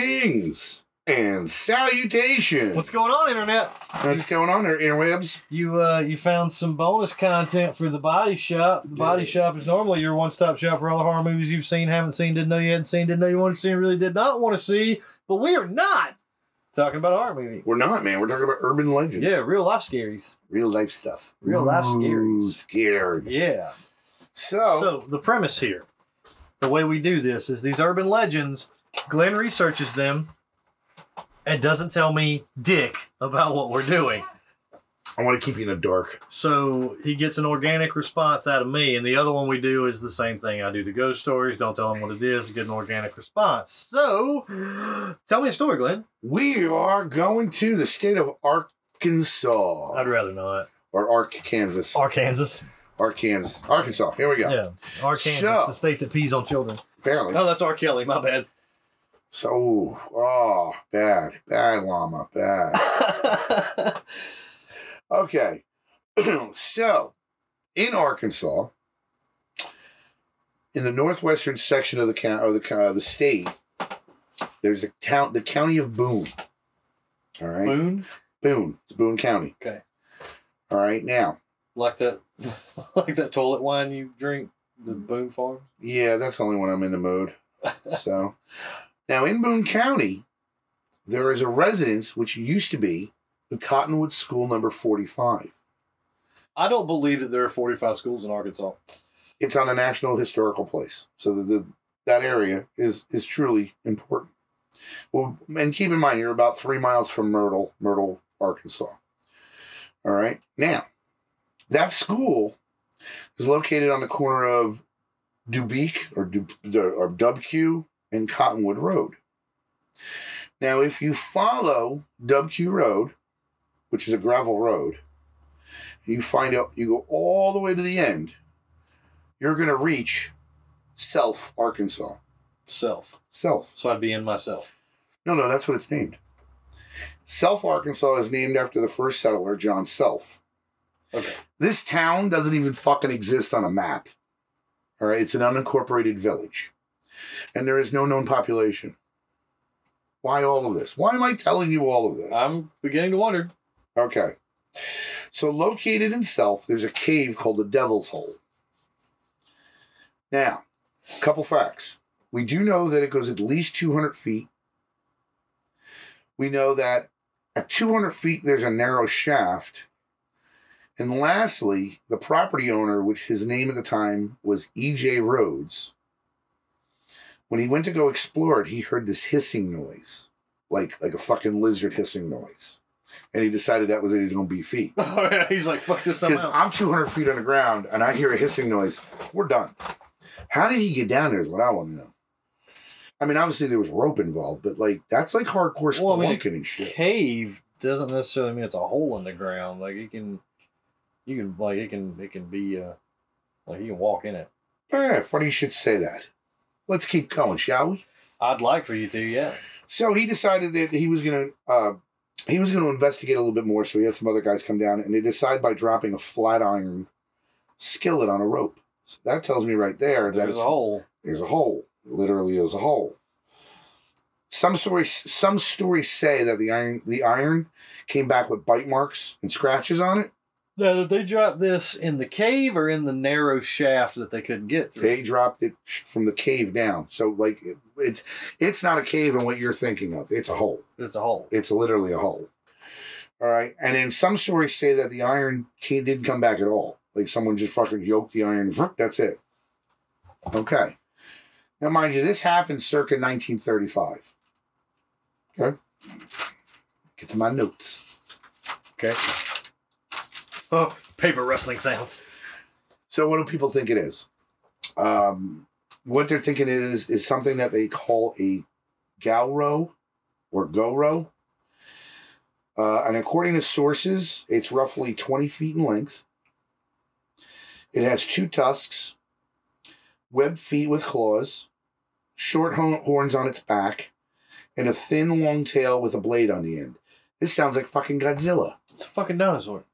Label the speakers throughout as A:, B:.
A: Greetings and salutations.
B: What's going on, internet?
A: What's going on there, interwebs?
B: You uh, you found some bonus content for the Body Shop. The Body
A: Yeah.
B: Shop is normally your one stop shop for all the horror movies you've seen, haven't seen, didn't know you hadn't seen, didn't know you wanted to see, and really did not want to see. But we are not talking about a horror movie.
A: We're not, man. We're talking about urban legends.
B: Yeah, real life scaries.
A: Real life stuff.
B: Real life
A: Ooh,
B: scaries.
A: Scared.
B: Yeah.
A: So,
B: So the premise here, the way we do this is these urban legends. Glenn researches them and doesn't tell me dick about what we're doing.
A: I want to keep you in the dark.
B: So he gets an organic response out of me. And the other one we do is the same thing. I do the ghost stories, don't tell them what it is, get an organic response. So tell me a story, Glenn.
A: We are going to the state of Arkansas
B: I'd rather not.
A: or Arkansas.
B: Arkansas.
A: Arkansas. Arkansas. Here we go.
B: Yeah. Oh. Arkansas,
A: So-
B: the state that pees on children.
A: Apparently.
B: No, that's R. Kelly, my bad.
A: So, ooh, oh, bad. Bad llama. Bad. Okay. so, in Arkansas, in the northwestern section of the county of the, co- of the state, there's a town, the county of Boone. All right, Boone.
B: Boone?
A: It's Boone County.
B: Okay.
A: All right. Now,
B: Like that like that toilet wine you drink, the Boone Farm?
A: yeah, that's the only when I'm in the mood. so, now in Boone County, there is a residence which used to be the Cottonwood School Number Forty Five.
B: I don't believe that there are 45 schools in Arkansas.
A: it's on a national historical place. So the, the that area is is truly important. Well, and keep in mind you're about three miles from Myrtle, Myrtle, Arkansas. All right. Now, that school is located on the corner of Dubuque or Du or WQ and Cottonwood Road. Now, if you follow WQ Road, which is a gravel road, you find out you go all the way to the end you're going to reach Self, Arkansas.
B: Self.
A: Self.
B: So I'd be in myself.
A: No, no, that's what it's named. Self, Arkansas is named after the first settler, John Self.
B: Okay.
A: This town doesn't even fucking exist on a map. All right, it's an unincorporated village. And there is no known population. Why all of this? Why am I telling you all of this?
B: I'm beginning to wonder.
A: Okay. So located in Self, there's a cave called the Devil's Hole. Now, a couple facts. We do know that it goes at least 200 feet. We know that at 200 feet, there's a narrow shaft. And lastly, the property owner, which his name at the time was E.J. Rhodes, when he went to go explore it, he heard this hissing noise, like like a fucking lizard hissing noise and he decided that was his own BFE.
B: Oh yeah, he's like, fuck this
A: Because I'm 200 feet underground and I hear a hissing noise, we're done. How did he get down there? Is what I want to know. I mean, obviously there was rope involved, but like that's like hardcore
B: Well, I mean,
A: spelunking and shit.
B: Cave doesn't necessarily mean it's a hole in the ground. Like it can, you can like it can it can be uh, like you can walk in it.
A: Eh, funny you should say that. Let's keep going, shall we?
B: I'd like for you to, yeah.
A: So he decided that he was gonna uh, he was gonna investigate a little bit more. So he had some other guys come down, and they decide by dropping a flat iron skillet on a rope. So that tells me right there that
B: There's
A: it's
B: a hole.
A: there's a hole. Literally, there's a hole. Some stories, some stories say that the iron, the iron, came back with bite marks and scratches on it.
B: Now did they drop this in the cave or in the narrow shaft that they couldn't get through?
A: They dropped it sh- from the cave down. So, like, it, it's it's not a cave in what you're thinking of. It's a hole.
B: It's a hole.
A: It's literally a hole. All right. And then some stories say that the iron came, didn't come back at all. Like someone just fucking yoked the iron. That's it. Okay. Now, mind you, this happened circa 1935. Okay. Get to my notes.
B: Okay. Oh, paper rustling sounds.
A: So, what do people think it is? Um, what they're thinking is is something that they call a galro or goro. Uh, and according to sources, it's roughly 20 feet in length. It has two tusks, webbed feet with claws, short hor- horns on its back, and a thin, long tail with a blade on the end. This sounds like fucking Godzilla.
B: It's a fucking dinosaur.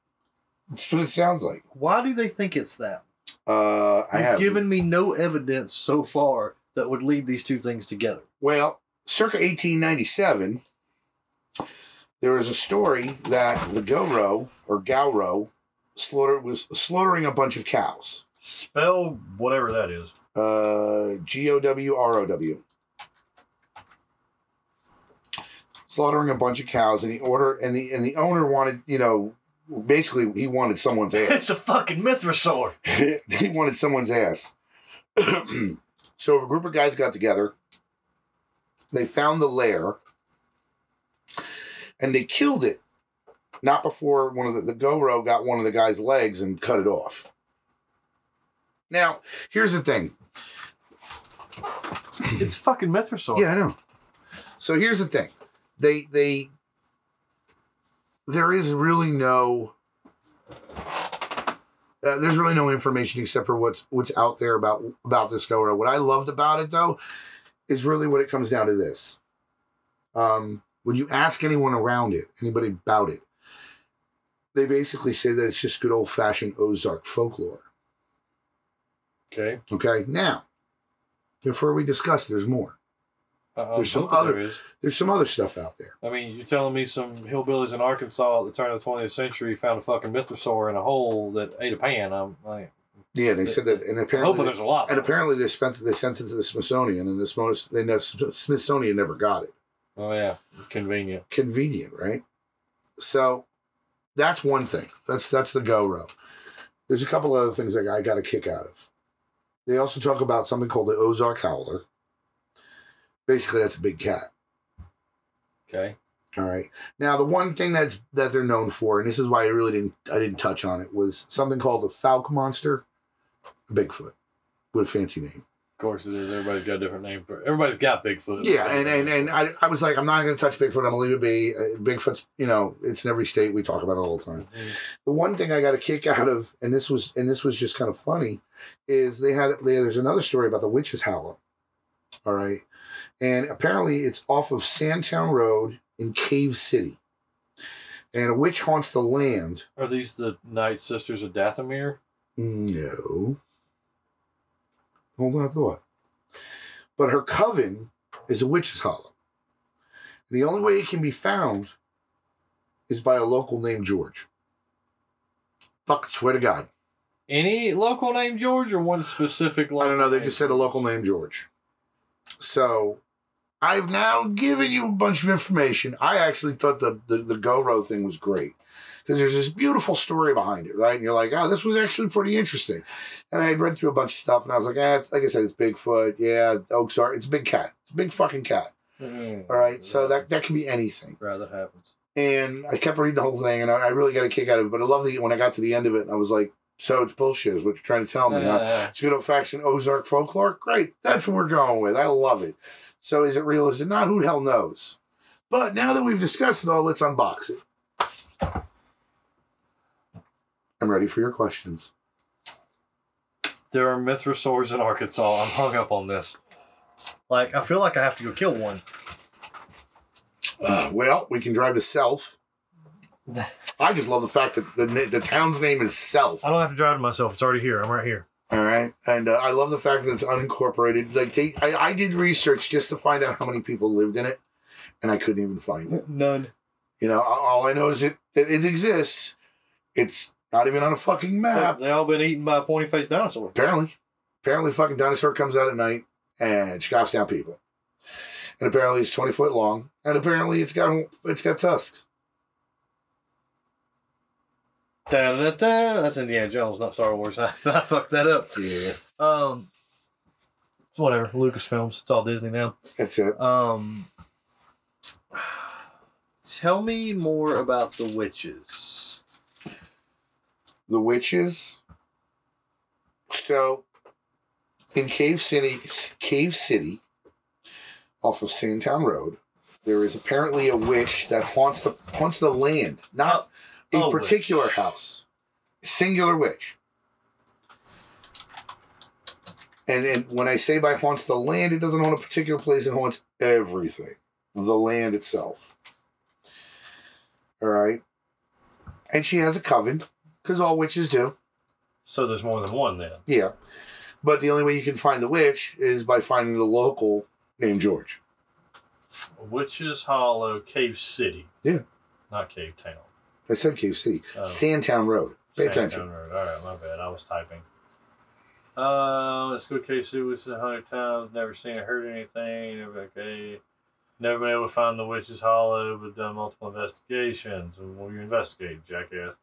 A: That's what it sounds like.
B: Why do they think it's that?
A: Uh, I
B: You've
A: have
B: given me no evidence so far that would lead these two things together.
A: Well, circa 1897, there was a story that the Goro or Gauro slaughter was slaughtering a bunch of cows.
B: Spell whatever that is.
A: Uh, G O W R O W. Slaughtering a bunch of cows, and the order and the and the owner wanted, you know, basically he wanted someone's ass.
B: it's a fucking mythrosaur.
A: they wanted someone's ass. so a group of guys got together. They found the lair, and they killed it. Not before one of the, the Goro got one of the guy's legs and cut it off. Now, here's the thing.
B: It's a fucking mythrosaur.
A: Yeah, I know. So here's the thing. They they there is really no uh, there's really no information except for what's what's out there about about this go around. What I loved about it though is really what it comes down to this. Um, when you ask anyone around it, anybody about it, they basically say that it's just good old fashioned Ozark folklore.
B: Okay.
A: Okay, now before we discuss, there's more.
B: Uh,
A: There's some other- There's some other stuff out there.
B: I mean, you're telling me some hillbillies in Arkansas at the turn of the 20th century found a fucking mythrosaur in a hole that ate a pan. I'm like,
A: Yeah, they said that, and
B: I'm hoping
A: apparently,
B: there's a lot.
A: and apparently they spent they sent it to the Smithsonian, and the Smos- they know, Smithsonian never got it.
B: oh, yeah. Convenient.
A: Convenient, right? So that's one thing. That's that's the go row. There's a couple other things that I got a kick out of. They also talk about something called the Ozark howler. Basically, that's a big cat.
B: Okay.
A: All right. Now, the one thing that's that they're known for, and this is why I really didn't I didn't touch on it, was something called the Falk monster, Bigfoot, with a fancy name.
B: Of course it is. Everybody's got a different name for Everybody's got Bigfoot.
A: Yeah, and and, and I, I was like, I'm not going to touch Bigfoot. I'm going to leave it be. Uh, Bigfoot's, you know, it's in every state. We talk about it all the time. The one thing I got a kick out of, and this was and this was just kind of funny, is they had they, there's another story about the witches' howl. All right, and apparently it's off of Sandtown Road in Cave City, and a witch haunts the land.
B: Are these the Night Sisters of Dathomir?
A: No. Hold on thought. But her coven is a witch's hollow. The only way it can be found is by a local named George. Fuck, swear to God.
B: Any local name George or one specific local
A: I don't know. They
B: name?
A: just said a local named George. So I've now given you a bunch of information. I actually thought the, the, the Goro thing was great because there's this beautiful story behind it, right? And you're like, oh, this was actually pretty interesting. And I had read through a bunch of stuff and I was like, ah, it's, like I said, it's Bigfoot. Yeah, Oaks are. It's a big cat. It's a big fucking cat.
B: Mm.
A: All right. So that, that can be anything.
B: Right, that happens.
A: And I kept reading the whole thing, and I, I really got a kick out of it. But I love that when I got to the end of it, I was like, "So it's bullshit," is what you're trying to tell me. huh?
B: Uh,
A: It's good old fashioned Ozark folklore. Great, that's what we're going with. I love it. So is it real? Is it not? Who the hell knows? But now that we've discussed it all, let's unbox it. I'm ready for your questions.
B: there are mythrosaurs in Arkansas. I'm hung up on this. Like, I feel like I have to go kill one.
A: Uh, well, we can drive to Self. I just love the fact that the na- the town's name is Self.
B: I don't have to drive it myself. It's already here. I'm right here.
A: All right, and uh, I love the fact that it's unincorporated. Like they, I, I did research just to find out how many people lived in it, and I couldn't even find it.
B: None.
A: You know, a- all I know is it that it exists. It's not even on a fucking map.
B: They all been eaten by a pointy faced dinosaur.
A: Apparently, apparently, fucking dinosaur comes out at night and scoffs down people. And apparently, it's twenty foot long, and apparently, it's got it's got tusks.
B: Da-da-da-da. That's Indiana Jones, not Star Wars. I, I fucked that up.
A: Yeah,
B: Um, whatever. Lucasfilms. It's all Disney now.
A: that's it.
B: Um, tell me more about the witches.
A: the witches. So, in Cave City, Cave City, off of Sandtown Road, there is apparently a witch that haunts the haunts the land, not
B: Oh,
A: a
B: oh,
A: particular
B: witch.
A: house, singular witch. And and when I say by haunts the land, it doesn't haunt a particular place; it haunts everything, the land itself. All right, and she has a coven because all witches do.
B: So there's more than one then.
A: Yeah. But the only way you can find the witch is by finding the local named George.
B: Witches Hollow, Cave City.
A: Yeah.
B: Not Cave Town.
A: I said Cave City.
B: Oh.
A: Sandtown Road. Pay
B: Sandtown
A: attention.
B: Road. All right, my bad. I was typing. Uh, let's go Cave City. Witches a hundred times. Never seen or heard anything. Never, okay. Never been able to find the Witches Hollow, but done multiple investigations. And will you investigate, jackass?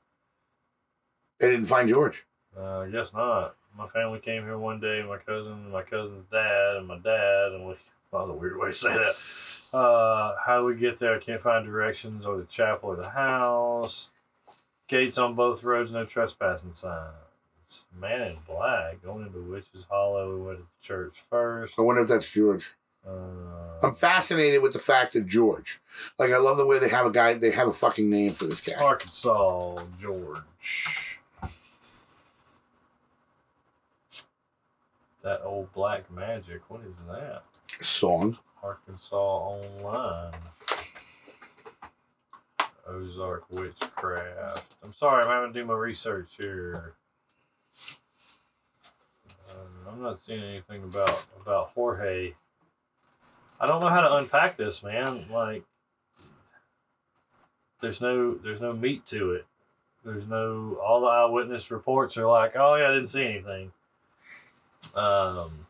A: They didn't find George.
B: Uh, I guess not. My family came here one day. My cousin, my cousin's dad, and my dad, and we. That was a weird way to say that. Uh, how do we get there? I can't find directions or the chapel or the house. Gates on both roads, no trespassing signs. Man in black going into Witch's Hollow. We went to church first.
A: I wonder if that's George.
B: Uh,
A: Oh. I'm fascinated with the fact of George. Like I love the way they have a guy. They have a fucking name for this
B: Oh.
A: guy.
B: Arkansas, George. That old black magic. What is that?
A: Song.
B: Arkansas Online. Ozark Witchcraft. I'm sorry, I'm having to do my research here. Um, I'm not seeing anything about about Jorge. I don't know how to unpack this, man. Like, there's no there's no meat to it. There's no all the eyewitness reports are like, oh yeah, I didn't see anything. Um.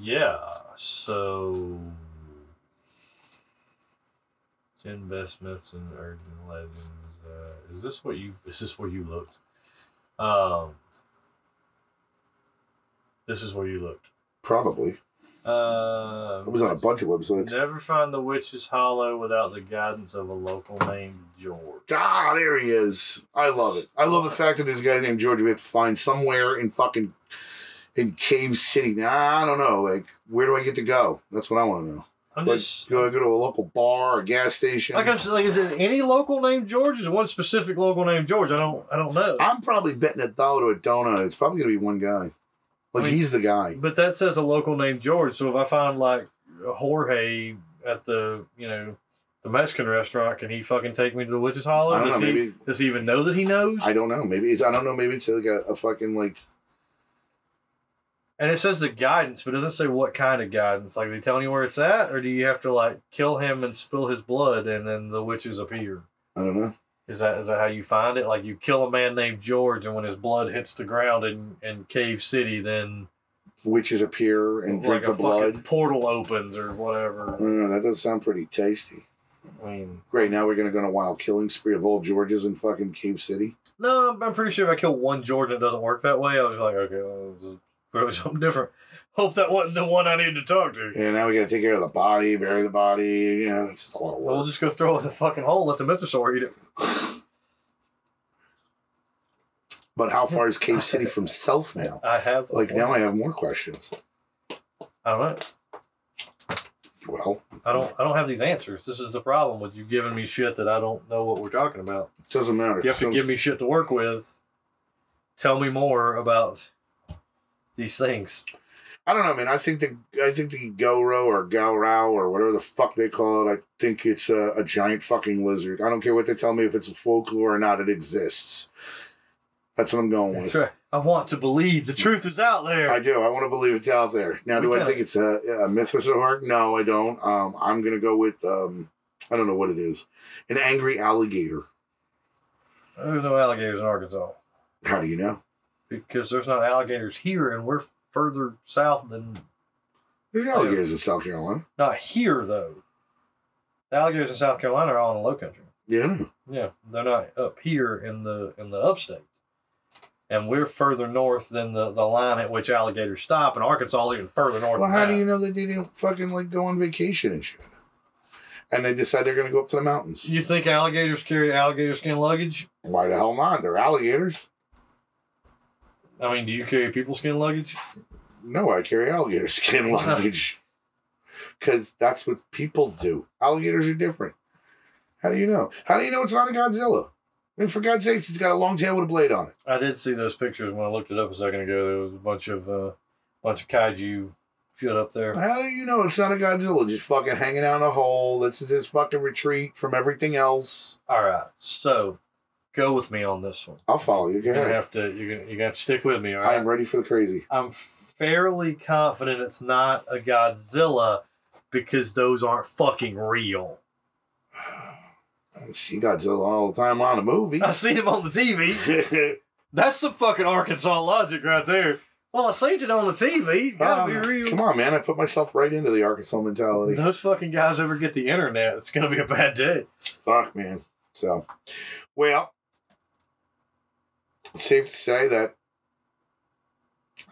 B: Yeah, so ten best myths and urban legends. Uh, is this what you? Is this where you looked? Um, this is where you looked.
A: Probably.
B: Uh,
A: It was on a bunch of websites.
B: Never find the witch's hollow without the guidance of a local named George.
A: Ah, there he is. I love it. I love the fact that this guy named George we have to find somewhere in fucking in Cave City. Now I don't know. Like, where do I get to go? That's what I want to know.
B: I'm
A: Like,
B: just
A: do I go to a local bar, a gas station?
B: like I'm like is it any local named George? Is one specific local named George? I don't I don't know.
A: I'm probably betting a dollar to a donut. It's probably gonna be one guy. Like
B: I mean-
A: he's the guy.
B: But that says a local named George. So if I find like Jorge at the you know the Mexican restaurant, can he fucking take me to the Witch's Hollow?
A: I don't
B: does
A: know,
B: he
A: maybe-
B: does he even know that he knows?
A: I don't know. Maybe it's I don't know. Maybe it's like a, a fucking like
B: and it says the guidance, but it doesn't say what kind of guidance. Like, does he tell you where it's at, or do you have to like kill him and spill his blood, and then the witches appear?
A: I don't know.
B: Is that is that how you find it? Like you kill a man named George, and when his blood hits the ground in, in Cave City, then
A: Witches appear and drink
B: like a
A: the blood.
B: fucking portal opens or whatever.
A: I don't know. That does sound pretty tasty.
B: I mean,
A: Great. Now we're gonna go on a wild killing spree of old Georges in fucking Cave City.
B: No, I'm- I'm pretty sure if I kill one George and it doesn't work that way, I was like, okay, well, this is clearly something different. Hope that wasn't the one I needed to talk to.
A: Yeah, now we gotta take care of the body, bury the body. You know, it's just a lot of
B: Well, we'll
A: work.
B: just go throw it in the fucking hole, and let the mythosaur eat it.
A: But how far is Cave City from Self now?
B: I have
A: Like now, I have more questions.
B: I don't know.
A: Well,
B: I don't. I don't have these answers. This is the problem with you giving me shit that I don't know what we're talking about.
A: it doesn't matter.
B: You have to
A: Sounds-
B: give me shit to work with. Tell me more about these things.
A: I don't know, man. I think the I think the Goro or Gaurao or whatever the fuck they call it. I think it's a, a giant fucking lizard. I don't care what they tell me if it's folklore or not. It exists. That's what I'm going with.
B: I want to believe the truth is out there.
A: I do. I want to believe it's out there. Now, do
B: We
A: I
B: got
A: think
B: it.
A: it's a, a mythosaur? No, I don't. Um, I'm gonna go with um, I don't know what it is. An angry alligator.
B: There's no alligators in Arkansas.
A: How do you know?
B: because there's not alligators here, and we're further south than
A: There's alligators in South Carolina.
B: not here though. The alligators in South Carolina are all in the low country.
A: Yeah.
B: Yeah, they're not up here in the in the upstate, and we're further north than the the line at which alligators stop, and Arkansas is even further north.
A: Well,
B: than
A: how
B: that.
A: do you know that they didn't fucking like go on vacation and shit? And they decide they're gonna go up to the mountains.
B: You think alligators carry alligator skin luggage?
A: Why the hell not? They're alligators.
B: I mean, do you carry people skin luggage?
A: No, I carry alligator skin
B: Uh-huh.
A: luggage. Cause that's what people do. Alligators are different. How do you know? How do you know it's not a Godzilla? I mean, for God's sakes, it's got a long tail with a blade on it.
B: I did see those pictures when I looked it up a second ago. There was a bunch of uh, bunch of kaiju shit up there.
A: How do you know it's not a Godzilla? Just fucking hanging out in a hole. This is his fucking retreat from everything else.
B: All right. So, go with me on this one.
A: I'll follow you. Go
B: You're gonna
A: ahead.
B: have to you're gonna, you're gonna have to stick with me. All right.
A: I'm ready for the crazy.
B: I'm fairly confident it's not a Godzilla because those aren't fucking real.
A: I see Godzilla all the time on a movie.
B: I seen him on the TV. That's some fucking Arkansas logic right there. Well, I seen it on the TV. It's
A: Ah,
B: gotta be real.
A: Come on, man. I put myself right into the Arkansas mentality.
B: Those fucking guys ever get the internet, it's gonna be a bad day.
A: Fuck, man. So, well, it's safe to say that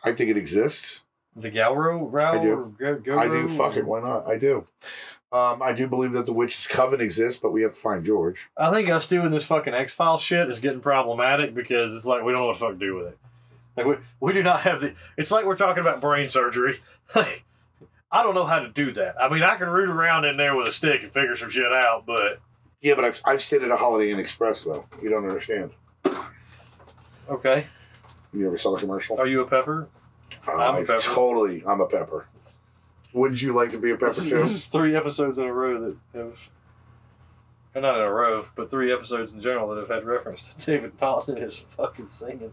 A: I think it exists.
B: The Galro row
A: I do.
B: or Go- Go-
A: I do. Fuck it. Why not? I do. Um, I do believe that the witch's coven exists, but we have to find George.
B: I think us doing this fucking X File shit is getting problematic because it's like we don't know what the fuck to do with it. Like we, we do not have the. It's like we're talking about brain surgery. Like, I don't know how to do that. I mean, I can root around in there with a stick and figure some shit out, but
A: Yeah, but I've, I've stayed at a Holiday Inn Express, though. You don't understand.
B: okay.
A: You ever saw the commercial?
B: Are you a pepper? I'm a
A: I
B: pepper.
A: Totally. I'm a pepper. Wouldn't you like to be a pepper,
B: This, is-
A: too?
B: this is three episodes in a row that have, or not in a row, but three episodes in general that have had reference to David Dalton and his fucking singing.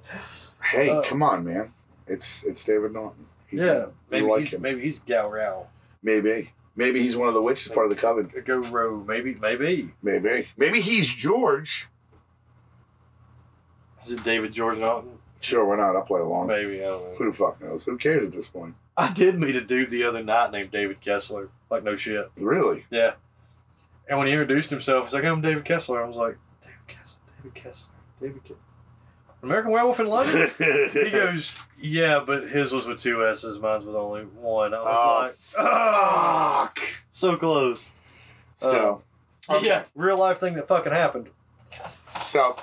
A: Hey,
B: Uh,
A: come on, man. It's it's David Norton. He-
B: Yeah, maybe
A: like
B: he's,
A: him.
B: maybe he's Galrow.
A: Maybe. Maybe he's one of the witches, part of the coven.
B: Go row, maybe, maybe.
A: Maybe. Maybe he's George.
B: Is it David George Norton?
A: Sure, why not? I'll play along.
B: Maybe I don't know.
A: Who the fuck knows? Who cares at this point?
B: I did meet a dude the other night named David Kessler. Like no shit.
A: Really?
B: Yeah. And when he introduced himself, he's like, "I'm David Kessler." I was like, "David Kessler, David Kessler, David Kessler." American Werewolf in London. he goes, "Yeah, but his was with two S's, mine's with only one." I was
A: Oh,
B: like, "Ah,
A: Fuck.
B: so close."
A: So, okay.
B: Uh, Yeah, real life thing that fucking happened.
A: So,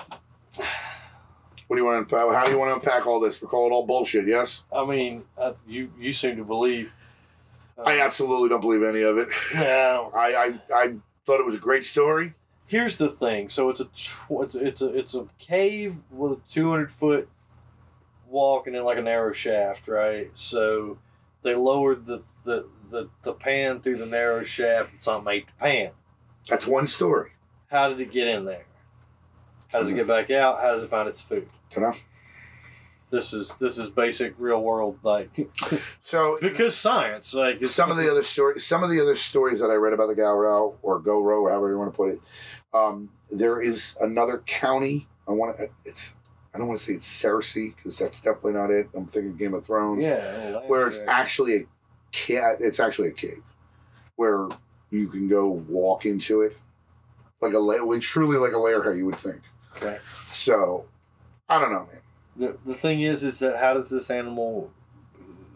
A: what do you want to unpack? How do you want to unpack all this? We call it all bullshit. Yes,
B: I mean, I, you you seem to believe. uh,
A: I absolutely don't believe any of it.
B: yeah, I don't
A: I I, I thought it was a great story.
B: here's the thing. So it's a tw- it's, it's a it's a cave with a two hundred foot walk and then like a narrow shaft, right? So they lowered the the, the the pan through the narrow shaft and something ate the pan.
A: That's one story.
B: How did it get in there? How does it get back out? How does it find its food?
A: Ta-da.
B: This is this is basic real world like
A: So
B: because science like it's-
A: some of the other stories, some of the other stories that I read about the Gowrow or Goro, however you want to put it, um, there is another county. I want to. It's I don't want to say it's Cersei because that's definitely not it. I'm thinking Game of Thrones.
B: yeah well,
A: where it's
B: that's-
A: actually a ca It's actually a cave where you can go walk into it, like a layer, like, truly like a layer how you would think.
B: Okay.
A: So, I don't know, man.
B: The, the thing is, is that how does this animal,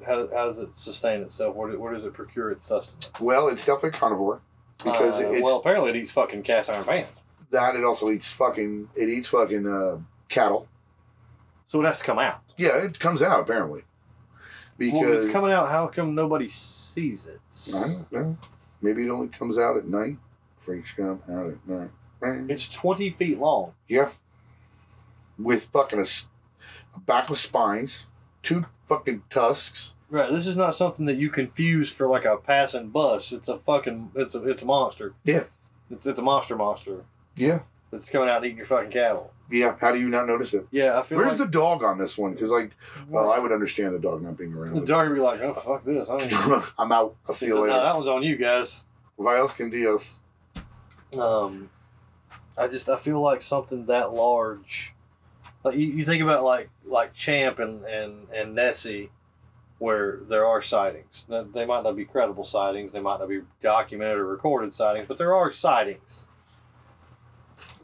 B: how, how does it sustain itself? Where, do- where does it procure its sustenance?
A: Well, it's definitely carnivore because
B: Uh,
A: it's
B: well, apparently it eats fucking cast iron pans,
A: that. It also eats fucking. It eats fucking uh, cattle.
B: so it has to come out.
A: Yeah, it comes out apparently because
B: well, if it's coming out. How come nobody sees it?
A: I don't know. Maybe it only comes out at night. Freaks come out at night.
B: It's twenty feet long.
A: with fucking a, s- a back with spines, two fucking tusks.
B: Right. This is not something that you confuse for like a passing bus. It's a fucking. It's a. It's a monster.
A: Yeah.
B: It's it's a monster monster
A: Yeah,
B: that's coming out and eating your fucking cattle.
A: yeah. How do you not notice it?
B: Yeah, I feel
A: Where's
B: like
A: the dog on this one? Because like, well, I would understand the dog not being
B: the
A: around.
B: dog would be like, oh fuck this. I don't even-
A: I'm out. I'll see you
B: No,
A: later.
B: that one's on you guys.
A: Vios can dios.
B: um i just i feel like something that large like you, you think about like like champ and and and nessie where there are sightings Now, they might not be credible sightings they might not be documented or recorded sightings but there are sightings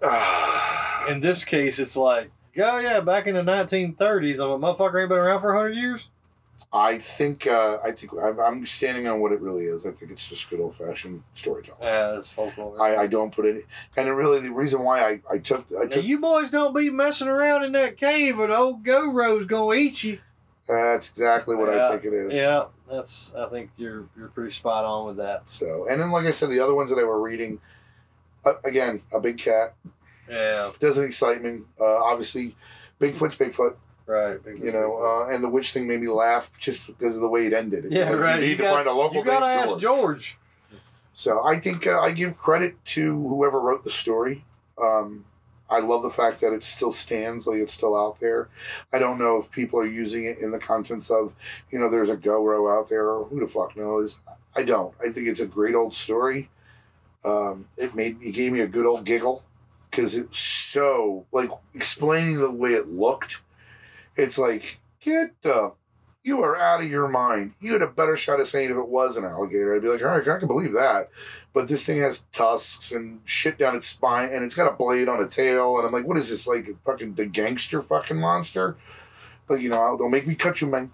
A: Ah,
B: in this case it's like oh yeah back in the 1930s i'm a motherfucker ain't been around for 100 years
A: I think uh, I think I'm, I'm standing on what it really is. I think it's just good old fashioned storytelling.
B: yeah that's folklore
A: I, I don't put any, and it really the reason why I, I took I
B: now,
A: took
B: you boys don't be messing around in that cave or the old go-ro's gonna eat you
A: that's exactly what
B: Yeah,
A: I think it is.
B: Yeah, that's. I think you're you're pretty spot on with that.
A: So, and then like I said, the other ones that I were reading, uh, again, a big cat
B: Yeah,
A: doesn't excite me. Uh, obviously, Bigfoot's Bigfoot,
B: right. big-
A: you know, uh, and the witch thing made me laugh just because of the way it ended. It was
B: Yeah,
A: like,
B: right.
A: You need
B: You
A: to
B: got-
A: find a local
B: you gotta
A: named
B: ask
A: George.
B: George.
A: So I think uh, I give credit to whoever wrote the story. Um, I love the fact that it still stands, like it's still out there. I don't know if people are using it in the contents of, you know, there's a GoRo out there, or who the fuck knows. I don't. I think it's a great old story. Um, it made it gave me a good old giggle because it's so like explaining the way it looked. It's like get the you are out of your mind. You had a better shot at saying if it was an alligator. I'd be like, all right, I can believe that. But this thing has tusks and shit down its spine, and it's got a blade on a tail. And I'm like, what is this? Like fucking the gangster fucking monster? Like, you know, don't make me cut you, man.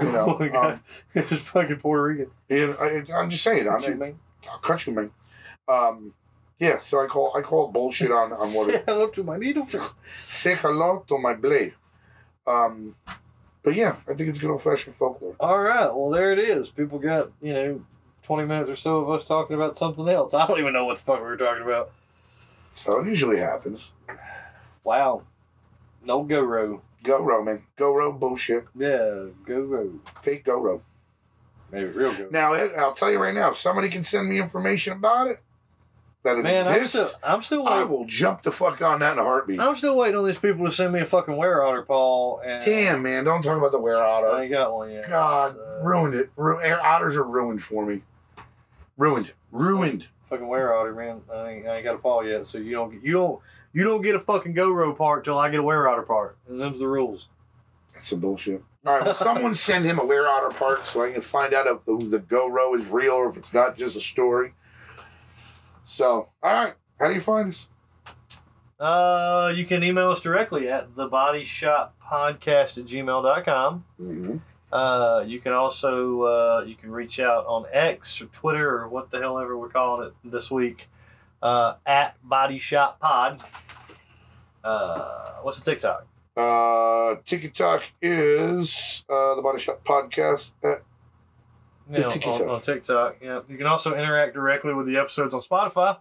A: You know,
B: oh my God.
A: um,
B: it's fucking Puerto Rican.
A: and I, I'm just saying, I
B: What you
A: mean,
B: mean?
A: I'll cut you, man. Um, yeah, so I call I call bullshit on on what it
B: Say hello to my needle.
A: say hello to my blade. Um, but yeah, I think it's good old fashioned folklore.
B: All right. Well, there it is. People got, you know, 20 minutes or so of us talking about something else. I don't even know what the fuck we were talking about.
A: So it usually happens.
B: Wow. No go row.
A: Go Roman, go row bullshit,
B: Yeah, go row.
A: fake go row.
B: Maybe real go.
A: Now Ed, I'll tell you right now, if somebody can send me information about it that it
B: Man, I'm
A: exists,
B: still, I'm still
A: I
B: waiting.
A: will jump the fuck on that in a heartbeat.
B: I'm still waiting on these people to send me a fucking wear otter paw. And
A: Damn, man, don't talk about the wear otter.
B: I uh, ain't got one yet.
A: God,
B: So,
A: ruined it. Ru- air otters are ruined for me. Ruined, ruined.
B: fucking wear otter, man. I ain't, I ain't got a paw yet. So you don't, you don't, you don't get a fucking go row part till I get a wear otter part, and them's the rules.
A: That's some bullshit. All right, well, someone send him a wear otter part so I can find out if the, the go row is real or if it's not just a story. So, all right, how do you find us?
B: Uh, you can email us directly at thebodyshotpodcast at gmail.com.
A: Mm-hmm.
B: Uh, you can also uh, you can reach out on X or Twitter or what the hell ever we're calling it this week uh, at Body Shop Pod. Uh, what's the TikTok?
A: Uh, TikTok is uh, the Body Shop Podcast. Uh, At,
B: You know,
A: TikTok.
B: On, on TikTok. Yeah. You can also interact directly with the episodes on Spotify.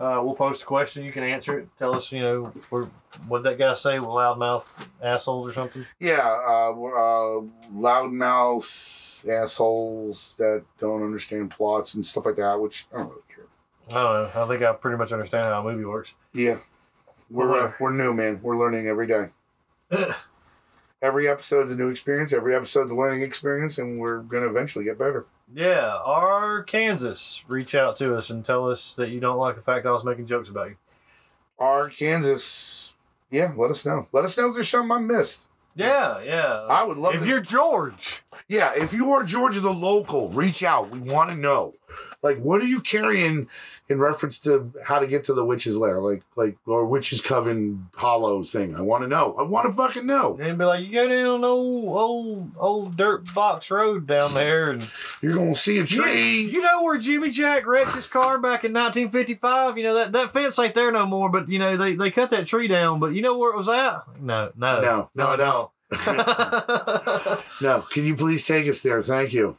B: Uh, we'll post a question. You can answer it. Tell us, you know, we're, what that guy say? Loudmouth assholes or something.
A: yeah, uh, we're, uh, loudmouth assholes that don't understand plots and stuff like that, which I don't really care.
B: I don't know. I think I pretty much understand how a movie works.
A: Yeah. We're uh, we're new, man. We're learning every day. every episode's a new experience. Every episode's a learning experience, and we're gonna eventually get better.
B: Yeah, our Kansas, reach out to us and tell us that you don't like the fact I was making jokes about you.
A: Our Kansas, yeah. Let us know. Let us know if there's something I missed.
B: Yeah, yeah.
A: I would love
B: if
A: to-
B: you're George,
A: Yeah, if you are Georgia the local, reach out. We want to know. Like, what are you carrying in reference to how to get to the witch's lair? Like, like or witch's coven hollow thing. I want to know. I want to fucking know.
B: and be like, you go down old old old dirt box road down there, and
A: You're gonna see a
B: you,
A: tree.
B: you know where Jimmy Jack wrecked his car back in 1955. You know that that fence ain't there no more, but you know they they cut that tree down. But you know where it was at? No, no,
A: No, no, I don't.
B: no.
A: No, can you please take us there? Thank you.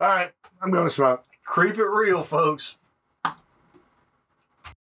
A: All right, I'm going to smoke.
B: Creep it real, folks.